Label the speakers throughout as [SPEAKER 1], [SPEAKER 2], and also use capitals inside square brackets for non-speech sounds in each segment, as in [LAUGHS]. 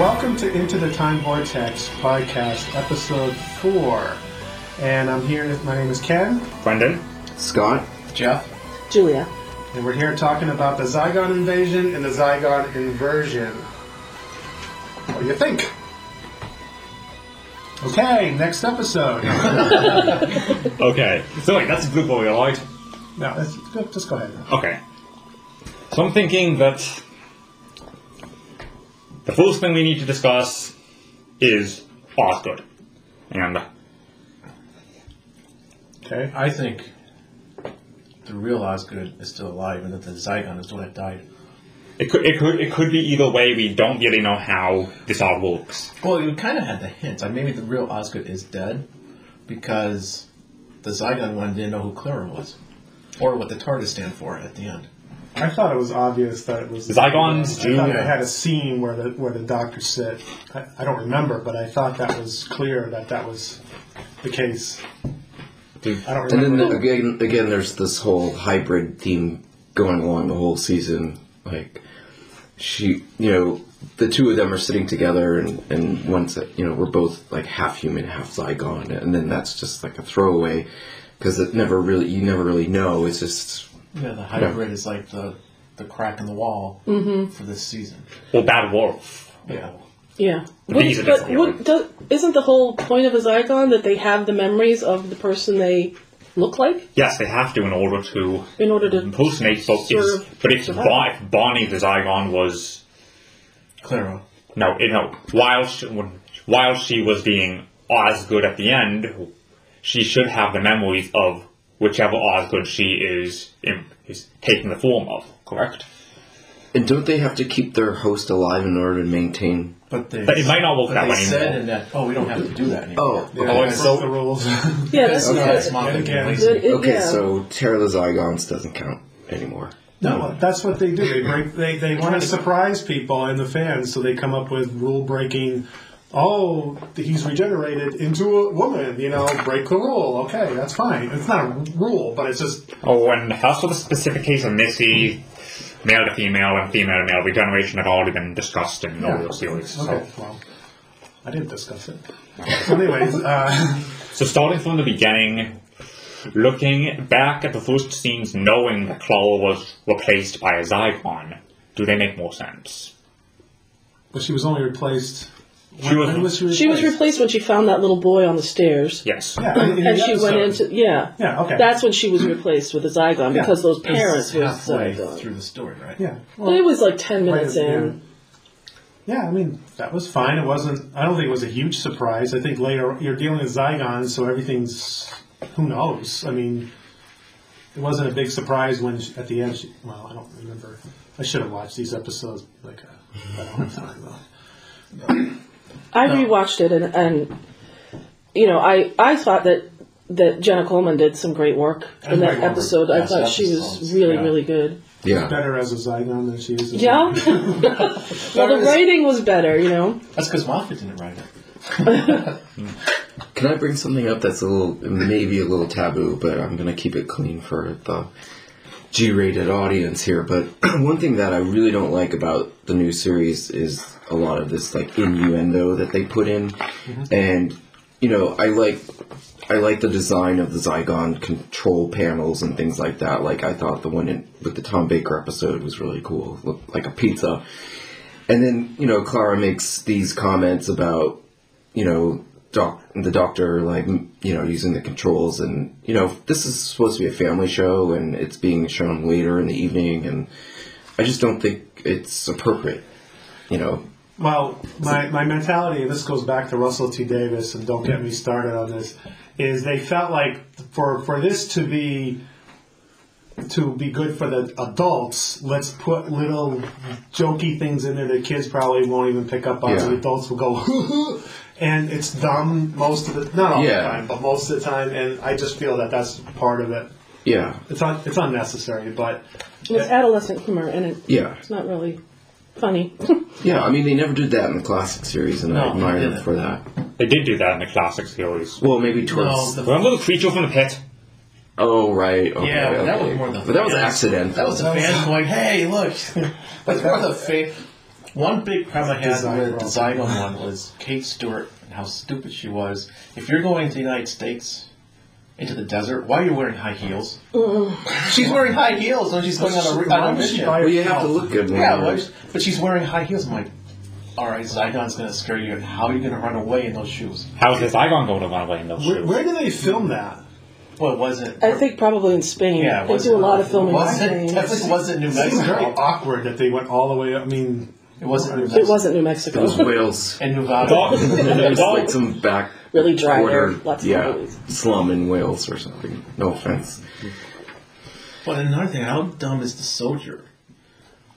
[SPEAKER 1] Into the Time Vortex podcast, episode four. And I'm here, my name is Ken,
[SPEAKER 2] Brendan.
[SPEAKER 3] Scott.
[SPEAKER 4] Jeff.
[SPEAKER 5] Julia.
[SPEAKER 1] and we're here talking about the Zygon invasion and the Zygon inversion. What do you think? Okay, next episode.
[SPEAKER 2] Okay. So wait, that's a blue boy, right?
[SPEAKER 1] no, let's, go- just go ahead.
[SPEAKER 2] Okay. So I'm thinking that the first thing we need to discuss is Osgood. And uh,
[SPEAKER 1] Okay.
[SPEAKER 4] I think the real Osgood is still alive and that the Zygon is the one that died.
[SPEAKER 2] it could it could it could be either way, we don't really know how this all works.
[SPEAKER 4] Well, you kind of had the hint. Like maybe the real Osgood is dead because the Zygon one didn't know who Clara was or what the TARDIS stand for at the end.
[SPEAKER 1] I thought it was obvious that it was
[SPEAKER 2] Zygons
[SPEAKER 1] I thought
[SPEAKER 2] do
[SPEAKER 1] it had a scene where the where the doctor sit. I, I don't remember, but I thought that was clear that that was the case. I don't
[SPEAKER 3] And then
[SPEAKER 1] remember.
[SPEAKER 3] again, again, there's this whole hybrid theme going along the whole season. Like she, you know, the two of them are sitting together, and and once you know, we're both like half human, half Zygon, and then that's just like a throwaway because it never really, you never really know. It's just
[SPEAKER 4] Yeah, the hybrid is like the, the crack in the wall
[SPEAKER 5] Mm-hmm.
[SPEAKER 4] for this season.
[SPEAKER 2] or bad wolf.
[SPEAKER 4] Yeah.
[SPEAKER 5] Yeah.
[SPEAKER 2] These are
[SPEAKER 5] Wouldn't- but
[SPEAKER 2] different
[SPEAKER 5] would, do, isn't the whole point of a Zygon that they have the memories of the person they look like
[SPEAKER 2] Yes, they have to in order to
[SPEAKER 5] in order to
[SPEAKER 2] impersonate folks.
[SPEAKER 5] Sort of
[SPEAKER 2] But if, Bo-
[SPEAKER 5] survive.
[SPEAKER 2] if Bonnie the Zygon was
[SPEAKER 4] Clara.
[SPEAKER 2] No, it, no. While she, when- while she was being Osgood at the end, she should have the memories of whichever Osgood she is in, is taking the form of. Correct.
[SPEAKER 3] and don't they have to keep their host alive in order to maintain?
[SPEAKER 4] But, they,
[SPEAKER 2] But it might not work
[SPEAKER 4] but
[SPEAKER 2] that
[SPEAKER 4] they
[SPEAKER 2] way
[SPEAKER 4] said
[SPEAKER 2] anymore.
[SPEAKER 4] in that, oh, we don't have to do that anymore.
[SPEAKER 3] Oh,
[SPEAKER 1] Yeah,
[SPEAKER 2] Oh,
[SPEAKER 1] I
[SPEAKER 2] so-
[SPEAKER 1] broke the
[SPEAKER 3] [LAUGHS]
[SPEAKER 1] rules.
[SPEAKER 5] Yeah, this
[SPEAKER 4] That's
[SPEAKER 5] is
[SPEAKER 4] not
[SPEAKER 5] it.
[SPEAKER 4] as smart
[SPEAKER 1] And
[SPEAKER 4] as
[SPEAKER 1] again-
[SPEAKER 4] Lazy.
[SPEAKER 5] It- it-
[SPEAKER 3] Okay,
[SPEAKER 5] yeah.
[SPEAKER 3] so Terra the Zygons doesn't count anymore.
[SPEAKER 1] no, that's what they do. They break. They they want to surprise people and the fans, so they come up with rule breaking. Oh, he's regenerated into a woman. You know, break the rule. Okay, that's fine. It's not a rule, but it's just
[SPEAKER 2] Oh, and as for the specific case of Missy, male to female and female to male regeneration had already been discussed in the
[SPEAKER 1] Yeah.
[SPEAKER 2] earlier series.
[SPEAKER 1] okay. Well, I didn't discuss it. So anyways, uh, [LAUGHS]
[SPEAKER 2] So, so starting from the beginning. Looking back at the first scenes, knowing that Clara was replaced by a Zygon, do they make more sense?
[SPEAKER 1] but she was only replaced.
[SPEAKER 2] [LAUGHS] She was-
[SPEAKER 5] she was replaced when she found that little boy on the stairs.
[SPEAKER 2] Yes.
[SPEAKER 1] Yeah, in- in
[SPEAKER 5] And
[SPEAKER 1] the
[SPEAKER 5] she went
[SPEAKER 1] episode.
[SPEAKER 5] into yeah.
[SPEAKER 1] Yeah, okay.
[SPEAKER 5] That's when she was replaced with a Zygon
[SPEAKER 1] Yeah.
[SPEAKER 5] because those parents
[SPEAKER 4] It's
[SPEAKER 5] were
[SPEAKER 4] halfway
[SPEAKER 5] Zygon.
[SPEAKER 4] through the story, right?
[SPEAKER 1] yeah.
[SPEAKER 5] But it was like ten
[SPEAKER 1] Right,
[SPEAKER 5] minutes in.
[SPEAKER 1] Yeah. Yeah, I mean that was fine. It wasn't. I don't think it was a huge surprise. I think later you're dealing with Zygons, so everything's who knows. I mean, it wasn't a big surprise when she, at the end. She, well, I don't remember. I should have watched these episodes like a, I don't have time though.
[SPEAKER 5] I rewatched it and, and you know I, I thought that that Jenna Coleman did some great work in
[SPEAKER 4] And
[SPEAKER 5] that
[SPEAKER 4] great work.
[SPEAKER 5] episode. I
[SPEAKER 4] Yes,
[SPEAKER 5] thought she was
[SPEAKER 4] episodes,
[SPEAKER 5] really
[SPEAKER 4] yeah.
[SPEAKER 5] really good.
[SPEAKER 3] Yeah,
[SPEAKER 1] Better as a Zygon than she is. As a-
[SPEAKER 5] Yeah. [LAUGHS] well, the writing was better, you know.
[SPEAKER 4] That's because Moffat didn't write it.
[SPEAKER 3] can I bring something up that's a little, maybe a little taboo, but I'm gonna keep it clean for the G-rated audience here. But [CLEARS THROAT] one thing that I really don't like about the new series is a lot of this like innuendo that they put in, and you know I like I like the design of the Zygon control panels and things like that. Like I thought the one in, with the Tom Baker episode was really cool, looked like a pizza. And then you know Clara makes these comments about you know, doc, the doctor, like, m- you know, using the controls. And, you know, this is supposed to be a family show and it's being shown later in the evening. And I just don't think it's appropriate, you know.
[SPEAKER 1] Well, my, my mentality, and this goes back to Russell T. Davis, and don't get me started on this, is they felt like for for this to be to be good for the adults, let's put little jokey things in there that kids probably won't even pick up on.
[SPEAKER 3] Yeah.
[SPEAKER 1] So the adults will go, and it's dumb most of the not all
[SPEAKER 3] Yeah.
[SPEAKER 1] the time, but most of the time. And I just feel that that's part of it.
[SPEAKER 3] Yeah.
[SPEAKER 1] It's un, it's unnecessary, but
[SPEAKER 5] It's adolescent humor, and it,
[SPEAKER 3] Yeah.
[SPEAKER 5] it's not really funny.
[SPEAKER 3] Yeah. I mean, they never did that in the classic series, and I
[SPEAKER 4] No,
[SPEAKER 3] admire
[SPEAKER 4] they
[SPEAKER 3] them
[SPEAKER 4] didn't.
[SPEAKER 3] for that.
[SPEAKER 2] They did do that in the classic series.
[SPEAKER 3] Well, maybe
[SPEAKER 4] No,
[SPEAKER 3] towards.
[SPEAKER 4] the
[SPEAKER 2] Remember the creature from the pit?
[SPEAKER 3] Oh, right. Okay,
[SPEAKER 4] Yeah, but that
[SPEAKER 3] okay.
[SPEAKER 4] was more the
[SPEAKER 3] But that was
[SPEAKER 4] fans.
[SPEAKER 3] accident.
[SPEAKER 4] [LAUGHS] That was the fans going, "Hey, look!" That's more the fa- One big problem I had
[SPEAKER 1] Design
[SPEAKER 4] with the Zygon one was Kate Stewart and how stupid she was. If you're going to the United States, into the desert, why are you wearing high heels? [LAUGHS] she's wearing high heels when she's going on a,
[SPEAKER 1] Why
[SPEAKER 4] on a
[SPEAKER 1] would she
[SPEAKER 4] mission.
[SPEAKER 1] buy
[SPEAKER 3] Well, you have to look good. when
[SPEAKER 4] Yeah,
[SPEAKER 3] you're-
[SPEAKER 4] well, she's- but she's wearing high heels. I'm like, all right, Zygon's going to scare you. How are you going to run away in those shoes?
[SPEAKER 2] How's this Igon going to run away in those
[SPEAKER 1] Where,
[SPEAKER 2] shoes?
[SPEAKER 1] where do they film that?
[SPEAKER 4] Well, it wasn't.
[SPEAKER 5] I think probably in Spain.
[SPEAKER 4] Yeah,
[SPEAKER 5] they
[SPEAKER 4] it
[SPEAKER 5] do a
[SPEAKER 4] wasn't-
[SPEAKER 5] lot of filming in
[SPEAKER 4] wasn't-
[SPEAKER 5] Spain.
[SPEAKER 4] Definitely wasn't New
[SPEAKER 1] That's very
[SPEAKER 4] Mexico.
[SPEAKER 1] awkward that they went all the way. up. I mean,
[SPEAKER 4] It wasn't New Mexico.
[SPEAKER 5] It wasn't New
[SPEAKER 3] It was
[SPEAKER 5] Mexico.
[SPEAKER 4] [LAUGHS]
[SPEAKER 3] Wales.
[SPEAKER 4] And
[SPEAKER 1] [LAUGHS]
[SPEAKER 4] Nevada.
[SPEAKER 2] Dog-
[SPEAKER 3] It's
[SPEAKER 2] dog-
[SPEAKER 3] like some back
[SPEAKER 5] Really dry
[SPEAKER 3] quarter,
[SPEAKER 5] there, lots of
[SPEAKER 3] yeah,
[SPEAKER 5] movies.
[SPEAKER 3] slum in Wales or something. No offense.
[SPEAKER 4] Well, another thing, how dumb is the soldier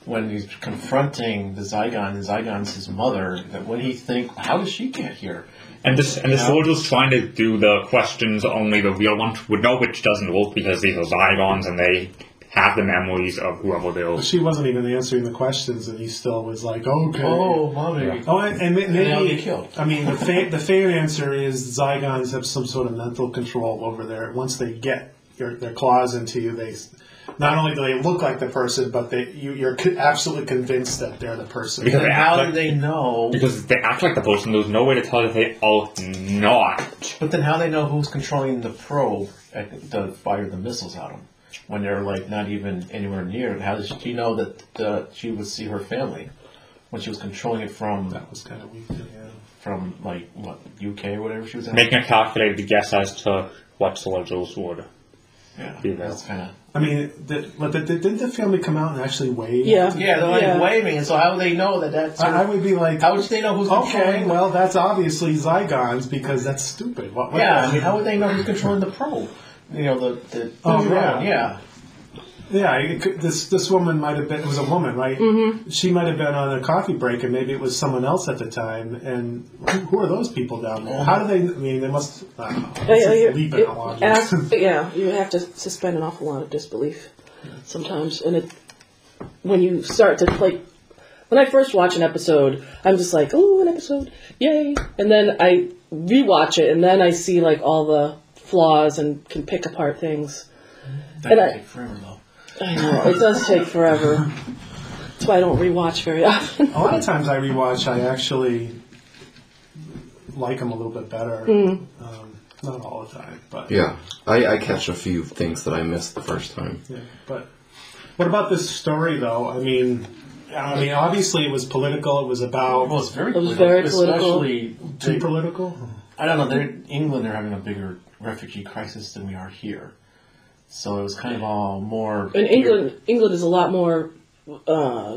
[SPEAKER 4] when he's confronting the Zygon and Zygon's his mother? That when he think, how did she get here?
[SPEAKER 2] And this and the soldiers trying to do the questions only the real one would know, which doesn't work because these are Zygons and they have the memories of whoever they are.
[SPEAKER 1] she wasn't even answering the questions, and he still was like, "Okay."
[SPEAKER 4] Oh, mommy.
[SPEAKER 1] Oh, and, and ma-
[SPEAKER 4] they'll
[SPEAKER 1] maybe
[SPEAKER 4] get killed.
[SPEAKER 1] I mean, the fan, the fan answer is Zygons have some sort of mental control over their. Once they get your, their claws into you, they s- not only do they look like the person, but they you, you're co- absolutely convinced that they're the person.
[SPEAKER 2] Because
[SPEAKER 4] But
[SPEAKER 2] they
[SPEAKER 4] how
[SPEAKER 2] act
[SPEAKER 4] do
[SPEAKER 2] like,
[SPEAKER 4] they know?
[SPEAKER 2] because they act like the person. There's no way to tell if they are not.
[SPEAKER 4] But then how do they know who's controlling the probe at the fire the missiles at them when they're like not even anywhere near? How does she know that the, she would see her family when she was controlling it from
[SPEAKER 1] that was kind of weak. Yeah.
[SPEAKER 4] from like what UK or whatever she was at?
[SPEAKER 2] Making a calculated guess as to what soldiers would.
[SPEAKER 4] yeah,
[SPEAKER 2] Yeah.
[SPEAKER 4] that's kind of.
[SPEAKER 1] I mean, the, but the, didn't the family come out and actually wave?
[SPEAKER 5] yeah.
[SPEAKER 4] Yeah, they're like
[SPEAKER 5] Yeah.
[SPEAKER 4] waving, so how do they know that that's?
[SPEAKER 1] I, I would be like,
[SPEAKER 4] how would they know who's
[SPEAKER 1] okay,
[SPEAKER 4] controlling? the-
[SPEAKER 1] well, that's obviously Zygons because that's stupid. What, what
[SPEAKER 4] yeah, I mean, how would they know who's controlling the probe? You know, the the, the
[SPEAKER 1] Oh,
[SPEAKER 4] drone,
[SPEAKER 1] yeah.
[SPEAKER 4] yeah.
[SPEAKER 1] Yeah, it could, this this woman might have been it was a woman, right? Mm-hmm. She might have been on a coffee break, and maybe it was someone else at the time. And who, who are those people down there? How do they? I mean, they must. I don't know. This
[SPEAKER 5] Yeah,
[SPEAKER 1] is
[SPEAKER 5] yeah,
[SPEAKER 1] leaping
[SPEAKER 5] it-
[SPEAKER 1] a lot.
[SPEAKER 5] ask- [LAUGHS] yeah, you have to suspend an awful lot of disbelief sometimes, and it when you start to like when I first watch an episode, I'm just like, oh, an episode, yay! And then I rewatch it, and then I see like all the flaws and can pick apart things.
[SPEAKER 4] That
[SPEAKER 5] I-
[SPEAKER 4] could take forever, though.
[SPEAKER 5] I know it does take forever. That's why I don't rewatch very often.
[SPEAKER 1] A lot of times I rewatch, I actually like them a little bit better.
[SPEAKER 5] Mm.
[SPEAKER 1] Um, not all the time, but
[SPEAKER 3] Yeah, I, I catch a few things that I missed the first time.
[SPEAKER 1] Yeah, but what about this story though? I mean, I mean, obviously it was political. It was about
[SPEAKER 4] Well, it's very
[SPEAKER 5] was
[SPEAKER 4] political,
[SPEAKER 5] very political.
[SPEAKER 4] especially
[SPEAKER 1] too
[SPEAKER 4] they-
[SPEAKER 1] political.
[SPEAKER 4] I don't know. They're, England, they're having a bigger refugee crisis than we are here. So it was kind of all more.
[SPEAKER 5] In England, England is a lot more. Uh,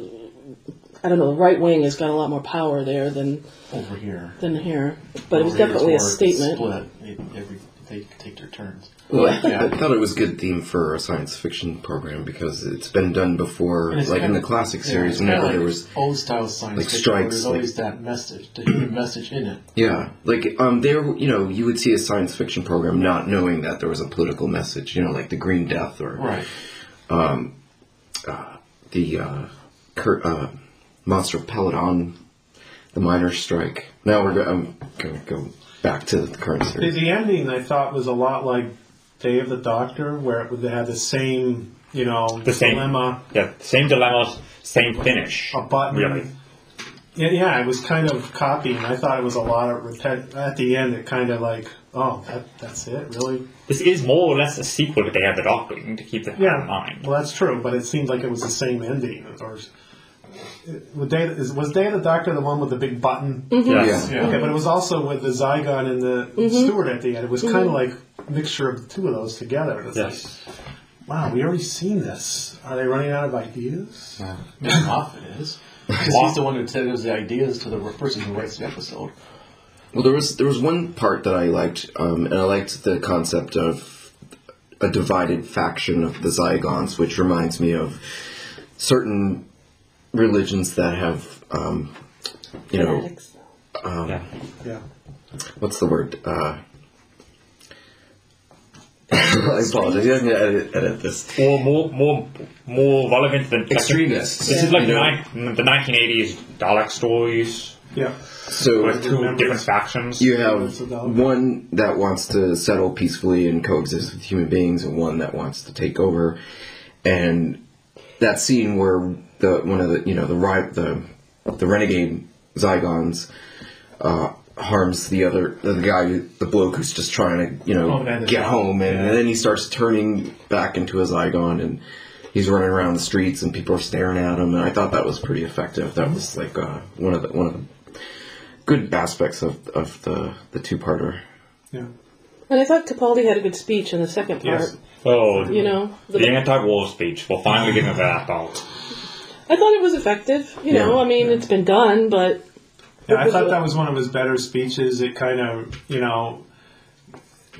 [SPEAKER 5] I don't know. The right wing has got a lot more power there than
[SPEAKER 4] Over here.
[SPEAKER 5] than here, but it was
[SPEAKER 4] Over here
[SPEAKER 5] definitely a
[SPEAKER 4] it's more
[SPEAKER 5] statement.
[SPEAKER 4] Split. They, every, they take their turns.
[SPEAKER 3] Well, I,
[SPEAKER 4] Yeah.
[SPEAKER 3] I thought it was a good theme for a science fiction program because it's been done before,
[SPEAKER 4] And it's
[SPEAKER 3] like in
[SPEAKER 4] kinda-
[SPEAKER 3] the classic
[SPEAKER 4] yeah,
[SPEAKER 3] series.
[SPEAKER 4] it's
[SPEAKER 3] whenever
[SPEAKER 4] kinda like
[SPEAKER 3] there was,
[SPEAKER 4] old style science
[SPEAKER 3] like
[SPEAKER 4] fiction, where
[SPEAKER 3] strikes,
[SPEAKER 4] There's
[SPEAKER 3] like-
[SPEAKER 4] always that message, the human message in it.
[SPEAKER 3] yeah, like um, there, you know, you would see a science fiction program not knowing that there was a political message, you know, like the Green Death or
[SPEAKER 4] Right.
[SPEAKER 3] the uh, Cur- uh, Monster Peladon, the miners' strike. Now we're go- I'm gonna go back to the current
[SPEAKER 1] The,
[SPEAKER 3] series.
[SPEAKER 1] the ending I thought was a lot like Day of the Doctor, where it, they had the same, you know,
[SPEAKER 2] The same
[SPEAKER 1] dilemma,
[SPEAKER 2] Yeah, same dilemmas, same finish.
[SPEAKER 1] a button.
[SPEAKER 2] Really.
[SPEAKER 1] Yeah, yeah, it was kind of copying. I thought it was a lot of repet. At the end, it kind of like, oh, that, that's it, really?
[SPEAKER 2] This is more or less a sequel to Day of the Doctor. You need to keep that in
[SPEAKER 1] Yeah.
[SPEAKER 2] mind.
[SPEAKER 1] Well, that's true, but it seemed like it was the same ending. Or was Day, is- was Day of the Doctor the one with the big button?
[SPEAKER 2] Yes.
[SPEAKER 3] Yeah.
[SPEAKER 4] Yeah.
[SPEAKER 1] Okay, but it was also with the Zygon and the Steward at the end. It was kind of like a mixture of the two of those together. It's like,
[SPEAKER 2] Yes.
[SPEAKER 1] Wow, we already seen this. Are they running out of ideas?
[SPEAKER 4] Maybe Moffat is. Because he's the one who delivers the ideas to the person who writes the episode.
[SPEAKER 3] Well, there was there was one part that I liked, um, and I liked the concept of a divided faction of the Zygons, which reminds me of certain religions that have, um, you know,
[SPEAKER 5] Fanatics.
[SPEAKER 2] yeah.
[SPEAKER 1] Yeah.
[SPEAKER 3] what's the word? Uh, [LAUGHS] I apologize. I'm gonna edit, edit this.
[SPEAKER 2] Or more, more, more relevant than
[SPEAKER 3] Extremists.
[SPEAKER 2] This is like
[SPEAKER 3] You know?
[SPEAKER 2] the, ni- the 1980s Dalek stories
[SPEAKER 1] Yeah.
[SPEAKER 3] So
[SPEAKER 2] with two different factions.
[SPEAKER 3] You
[SPEAKER 1] It's
[SPEAKER 3] have
[SPEAKER 1] about-
[SPEAKER 3] one that wants to settle peacefully and coexist with human beings, and one that wants to take over. And that scene where the one of the you know the ri- the the renegade Zygons uh, harms the other the guy, who- the bloke who's just trying to you know
[SPEAKER 1] Oh, man, the-
[SPEAKER 3] get home, and,
[SPEAKER 1] yeah.
[SPEAKER 3] then he starts turning back into a Zygon and. He's running around the streets and people are staring at him, and I thought that was pretty effective. That was like uh, one of the one of the good aspects of, of the the two parter.
[SPEAKER 1] Yeah.
[SPEAKER 5] And I thought Capaldi had a good speech in the second part.
[SPEAKER 1] Yes.
[SPEAKER 2] Oh,
[SPEAKER 5] You know, the-
[SPEAKER 2] the anti-war speech. We'll finally get into that part.
[SPEAKER 5] I thought it was effective. You know,
[SPEAKER 3] Yeah.
[SPEAKER 5] I mean, it's been done, but
[SPEAKER 1] Yeah, I thought that was one of his better speeches. It kind of, you know,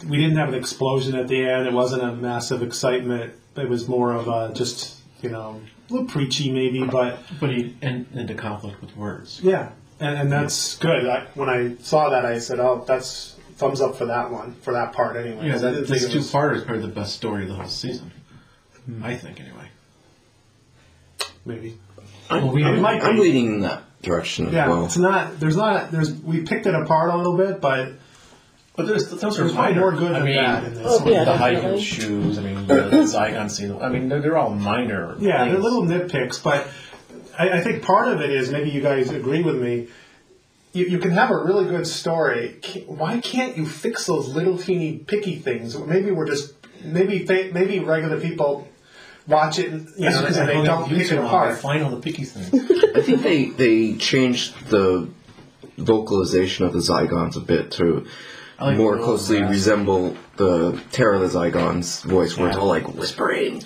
[SPEAKER 1] we didn't have an explosion at the end. It wasn't a massive excitement. It was more of a just, you know, a little preachy maybe, but
[SPEAKER 4] But he end, into conflict with words.
[SPEAKER 1] yeah, and, and that's good. I, when I saw that, I said, "Oh, that's thumbs up for that one, for that part anyway."
[SPEAKER 4] Yeah,
[SPEAKER 1] I
[SPEAKER 4] that,
[SPEAKER 1] didn't
[SPEAKER 4] this
[SPEAKER 1] think it
[SPEAKER 4] two
[SPEAKER 1] was-
[SPEAKER 4] parter is probably the best story of the whole season. I think, anyway.
[SPEAKER 1] maybe.
[SPEAKER 3] I'm,
[SPEAKER 4] Well, we-
[SPEAKER 3] I'm-
[SPEAKER 1] it might
[SPEAKER 3] I'm
[SPEAKER 1] be-
[SPEAKER 3] leaning in that direction as
[SPEAKER 1] Yeah,
[SPEAKER 3] well.
[SPEAKER 1] it's not. There's not. There's we picked it apart a little bit, but
[SPEAKER 4] But there's those
[SPEAKER 1] there's way more good than bad in this.
[SPEAKER 5] Oh,
[SPEAKER 1] one.
[SPEAKER 5] yeah.
[SPEAKER 4] the haiku
[SPEAKER 5] definitely.
[SPEAKER 4] shoes. I mean, the Zygon scene. I mean, they're, they're all minor.
[SPEAKER 1] Yeah, they're
[SPEAKER 4] things.
[SPEAKER 1] little nitpicks, but I, I think part of it is maybe you guys agree with me. You, you can have a really good story. Ca- Why can't you fix those little teeny picky things? Maybe we're just maybe fa- maybe regular people watch it and, you
[SPEAKER 4] That's
[SPEAKER 1] know,
[SPEAKER 4] because
[SPEAKER 1] and
[SPEAKER 4] I
[SPEAKER 1] they
[SPEAKER 4] go
[SPEAKER 1] don't
[SPEAKER 4] on
[SPEAKER 1] pick it
[SPEAKER 4] YouTube and I
[SPEAKER 1] apart.
[SPEAKER 4] Find all the
[SPEAKER 5] [LAUGHS]
[SPEAKER 4] picky things.
[SPEAKER 3] I think they they changed the vocalization of the Zygons a bit to
[SPEAKER 4] I like
[SPEAKER 3] more
[SPEAKER 4] the little
[SPEAKER 3] closely
[SPEAKER 4] rasp.
[SPEAKER 3] resemble the Terra the Zygons voice, where it's all like whispering.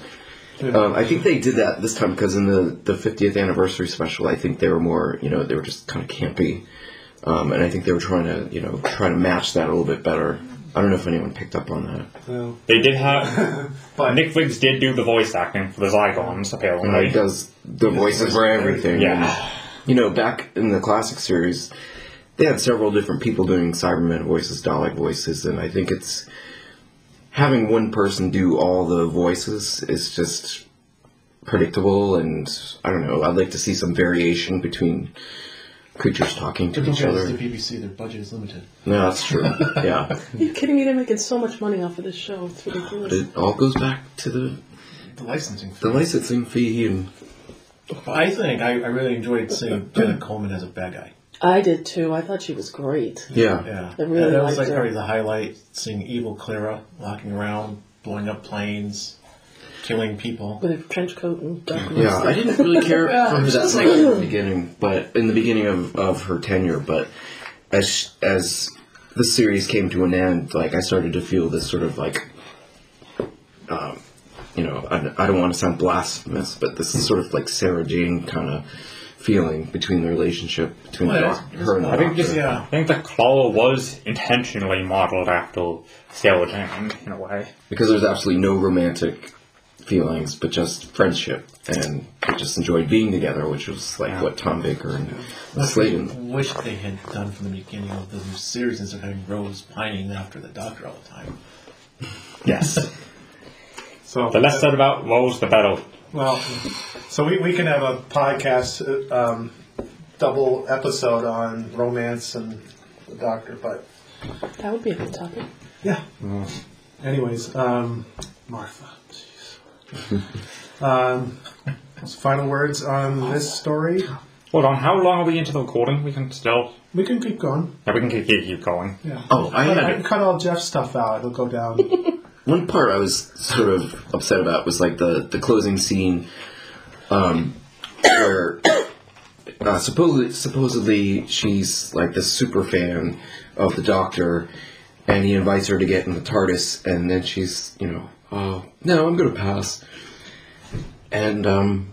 [SPEAKER 3] Um, I think they did that this time because in the the 50th anniversary special, I think they were more you know they were just kind of campy, um, and I think they were trying to you know try to match that a little bit better. I don't know if anyone picked up on that.
[SPEAKER 2] They did have
[SPEAKER 1] But-
[SPEAKER 2] Nick Briggs did do the voice acting for the Zygons apparently.
[SPEAKER 3] Like, does the voices for everything.
[SPEAKER 2] Yeah.
[SPEAKER 3] You know, back in the classic series, they had several different people doing Cybermen voices, Dalek voices, and I think it's having one person do all the voices is just predictable, and I don't know. I'd like to see some variation between creatures talking to each
[SPEAKER 4] Because
[SPEAKER 3] other.
[SPEAKER 4] the BBC, their budget is limited.
[SPEAKER 3] No, that's true. yeah,
[SPEAKER 5] are you kidding me? They're making so much money off of this show. It's ridiculous.
[SPEAKER 3] it all goes back to the
[SPEAKER 4] The licensing. fee.
[SPEAKER 3] the licensing fee and
[SPEAKER 4] But I think I, I really enjoyed seeing Jenna Coleman as a bad guy.
[SPEAKER 5] I did too. I thought she was great.
[SPEAKER 3] yeah.
[SPEAKER 4] Yeah,
[SPEAKER 5] I really
[SPEAKER 4] that was
[SPEAKER 5] liked
[SPEAKER 4] like
[SPEAKER 5] her.
[SPEAKER 4] probably the highlight. Seeing evil Clara walking around, blowing up planes, killing people.
[SPEAKER 5] With a trench coat and dark
[SPEAKER 3] Yeah, I
[SPEAKER 5] lipstick.
[SPEAKER 3] didn't really
[SPEAKER 2] [LAUGHS]
[SPEAKER 3] care for her that much in the beginning, but in the beginning of, of her tenure, but as sh- as the series came to an end, like I started to feel this sort of like, um, you know, I, I don't want to sound blasphemous, but this is sort of like Sarah Jane kind of feeling between the relationship between the doc- her and the
[SPEAKER 2] I think
[SPEAKER 3] doctor.
[SPEAKER 2] just
[SPEAKER 4] Yeah.
[SPEAKER 2] I think the Clara was intentionally modeled after Sarah Jane in a way.
[SPEAKER 3] because there's absolutely no romantic feelings, but just friendship, and they just enjoyed being together, which was like
[SPEAKER 2] Yeah.
[SPEAKER 3] what Tom Baker and
[SPEAKER 4] I
[SPEAKER 3] Sladen.
[SPEAKER 4] wish they had done from the beginning of the new series instead of having Rose pining after the doctor all the time.
[SPEAKER 2] [LAUGHS]
[SPEAKER 3] Yes.
[SPEAKER 1] So
[SPEAKER 2] The less said about Rose, the better.
[SPEAKER 1] well, so we, we can have a podcast uh, um, double episode on romance and the doctor, but
[SPEAKER 5] That would be a good topic.
[SPEAKER 1] Yeah. Anyways, um, Martha. jeez. um, final words on this story.
[SPEAKER 2] Hold on, how long are we into the recording? We can still
[SPEAKER 1] We can keep going.
[SPEAKER 2] yeah, we can keep, keep going.
[SPEAKER 1] Yeah.
[SPEAKER 3] Oh, I had
[SPEAKER 1] I
[SPEAKER 3] it.
[SPEAKER 1] can cut all Jeff's stuff out. It'll go down.
[SPEAKER 3] One part I was sort of upset about was like the the closing scene, um, where uh, supposedly supposedly she's like this super fan of the Doctor, and he invites her to get in the TARDIS, and then she's you know, oh no, I'm gonna pass, and um,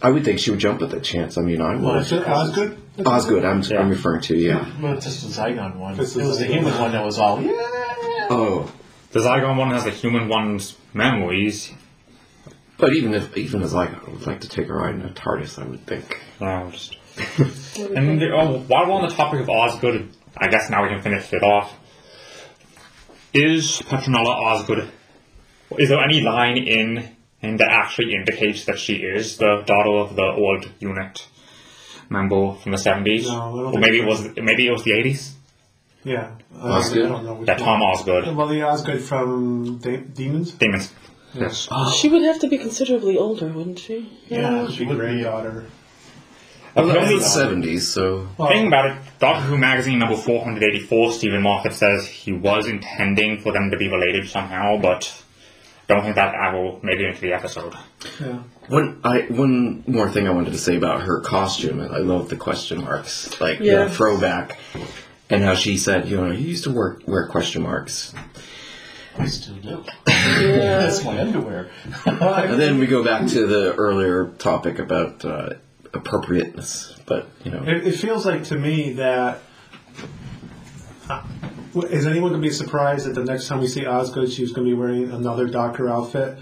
[SPEAKER 3] I would think she would jump at the chance. I mean, I would.
[SPEAKER 1] Osgood.
[SPEAKER 3] Osgood, I'm I'm referring to, yeah.
[SPEAKER 4] Well, it's just the Zygon one. It
[SPEAKER 1] It's
[SPEAKER 4] was
[SPEAKER 1] the
[SPEAKER 4] the
[SPEAKER 1] Zygon
[SPEAKER 4] human one that was all, yeah.
[SPEAKER 3] Oh,
[SPEAKER 2] The Zygon one has the human one's memories.
[SPEAKER 3] but even if even as like I would like to take a ride in a TARDIS, I would think.
[SPEAKER 2] Yeah, I'll just and the- oh, while we're on the topic of Osgood, I guess now we can finish it off. Is Petronella Osgood? Is there any line in in that actually indicates that she is the daughter of the old unit member from the seventies?
[SPEAKER 1] No, I don't
[SPEAKER 2] or
[SPEAKER 1] think
[SPEAKER 2] maybe
[SPEAKER 1] so.
[SPEAKER 2] it was maybe it was the eighties.
[SPEAKER 1] Yeah. I-
[SPEAKER 3] Osgood?
[SPEAKER 1] I don't know. which
[SPEAKER 2] Yeah, Tom
[SPEAKER 1] one.
[SPEAKER 2] Osgood,
[SPEAKER 1] Well, the Osgood from De- Demons.
[SPEAKER 2] demons. Yes.
[SPEAKER 5] She would have to be considerably older, wouldn't she?
[SPEAKER 1] Yeah,
[SPEAKER 4] she
[SPEAKER 1] she
[SPEAKER 4] would be.
[SPEAKER 1] granddaughter.
[SPEAKER 3] Well, that
[SPEAKER 2] Apparently-
[SPEAKER 3] was the 70s, so.
[SPEAKER 2] Thinking about it, Doctor Who magazine number 484, Stephen Moffat says he was intending for them to be related somehow, but don't think that ever made it into the episode.
[SPEAKER 1] Yeah.
[SPEAKER 3] One, I, one more thing I wanted to say about her costume, and I love the question marks, like
[SPEAKER 5] Yeah.
[SPEAKER 3] the throwback, and how she said, you know, you used to work, wear question marks.
[SPEAKER 4] I still do.
[SPEAKER 5] Yeah.
[SPEAKER 4] [LAUGHS] That's my underwear. [LAUGHS]
[SPEAKER 3] And then we go back to the earlier topic about uh, appropriateness, but, you know.
[SPEAKER 1] It, it feels like to me that. uh, Is anyone going to be surprised that the next time we see Osgood, she's going to be wearing another doctor outfit?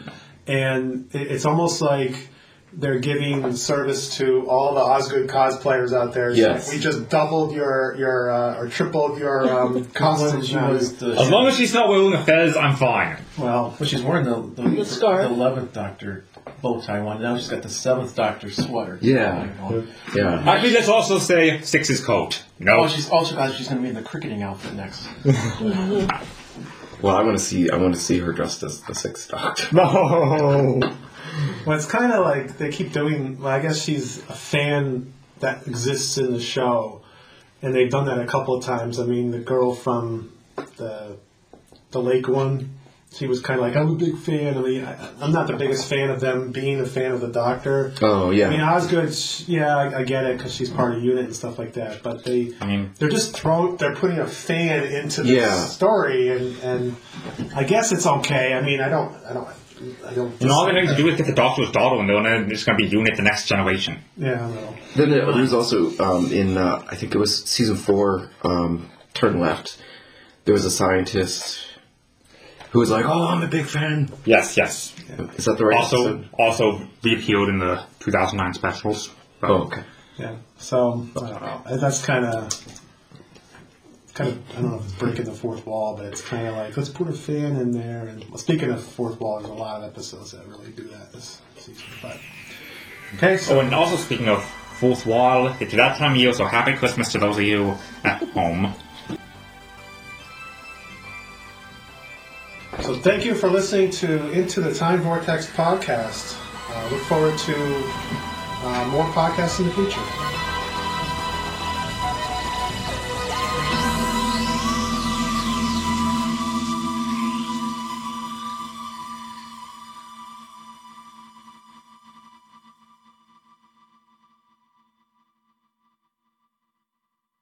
[SPEAKER 1] And it, it's almost like they're giving service to all the Osgood cosplayers out there. It's like,
[SPEAKER 3] Yes.
[SPEAKER 1] we just doubled your your uh, or tripled your um, costume.
[SPEAKER 4] She was the,
[SPEAKER 2] As long as she's not wearing the fez, I'm fine.
[SPEAKER 1] well,
[SPEAKER 4] But she's wearing the the,
[SPEAKER 5] The scarf.
[SPEAKER 4] eleventh Doctor bow tie one. Now she's got the seventh Doctor sweater.
[SPEAKER 3] Yeah.
[SPEAKER 4] Oh,
[SPEAKER 3] Yeah.
[SPEAKER 2] Actually, let's also say Six's coat. No.
[SPEAKER 4] oh, she's also got. She's going to be in the cricketing outfit next.
[SPEAKER 3] Well, I want to see. I want to see her dressed as the Sixth Doctor.
[SPEAKER 2] No.
[SPEAKER 1] Well, it's kind of like they keep doing. Well, I guess she's a fan that exists in the show, and they've done that a couple of times. I mean, the girl from the the lake one, she was kind of like, "I'm a big fan." I mean, I, I'm not the biggest fan of them being a fan of the Doctor.
[SPEAKER 3] Oh
[SPEAKER 1] I mean,
[SPEAKER 3] yeah.
[SPEAKER 1] Osgood, sh- yeah, I, I get it because she's part of the unit and stuff like that. But they,
[SPEAKER 2] I mean,
[SPEAKER 1] they're just throwing, they're putting a fan into the
[SPEAKER 3] Yeah.
[SPEAKER 1] story, and and I guess it's okay. I mean, I don't, I don't, I don't.
[SPEAKER 2] and all they're going to do is get the Doctor's daughter, and then it's going to be unit the next generation.
[SPEAKER 1] yeah, I don't know.
[SPEAKER 3] Then there was also um, in uh, I think it was season four. Um, Turn left. There was a scientist who was like, "Oh, I'm a big fan."
[SPEAKER 2] Yes, yes.
[SPEAKER 3] Is that the right?
[SPEAKER 2] Also,
[SPEAKER 3] episode?
[SPEAKER 2] also reappeared in the 2009 specials. But-
[SPEAKER 3] Oh, okay.
[SPEAKER 1] Yeah. So I don't know. That's kind of kind of I don't know if it's breaking the fourth wall, but it's kind of like let's put a fan in there. And well, speaking of fourth wall, there's a lot of episodes that really do that this season. But okay, so
[SPEAKER 2] Oh, and also speaking of fourth wall, it's that time of year, so happy Christmas to those of you at home.
[SPEAKER 1] so thank you for listening to Into the Time Vortex podcast. Uh, look forward to uh, more podcasts in the future.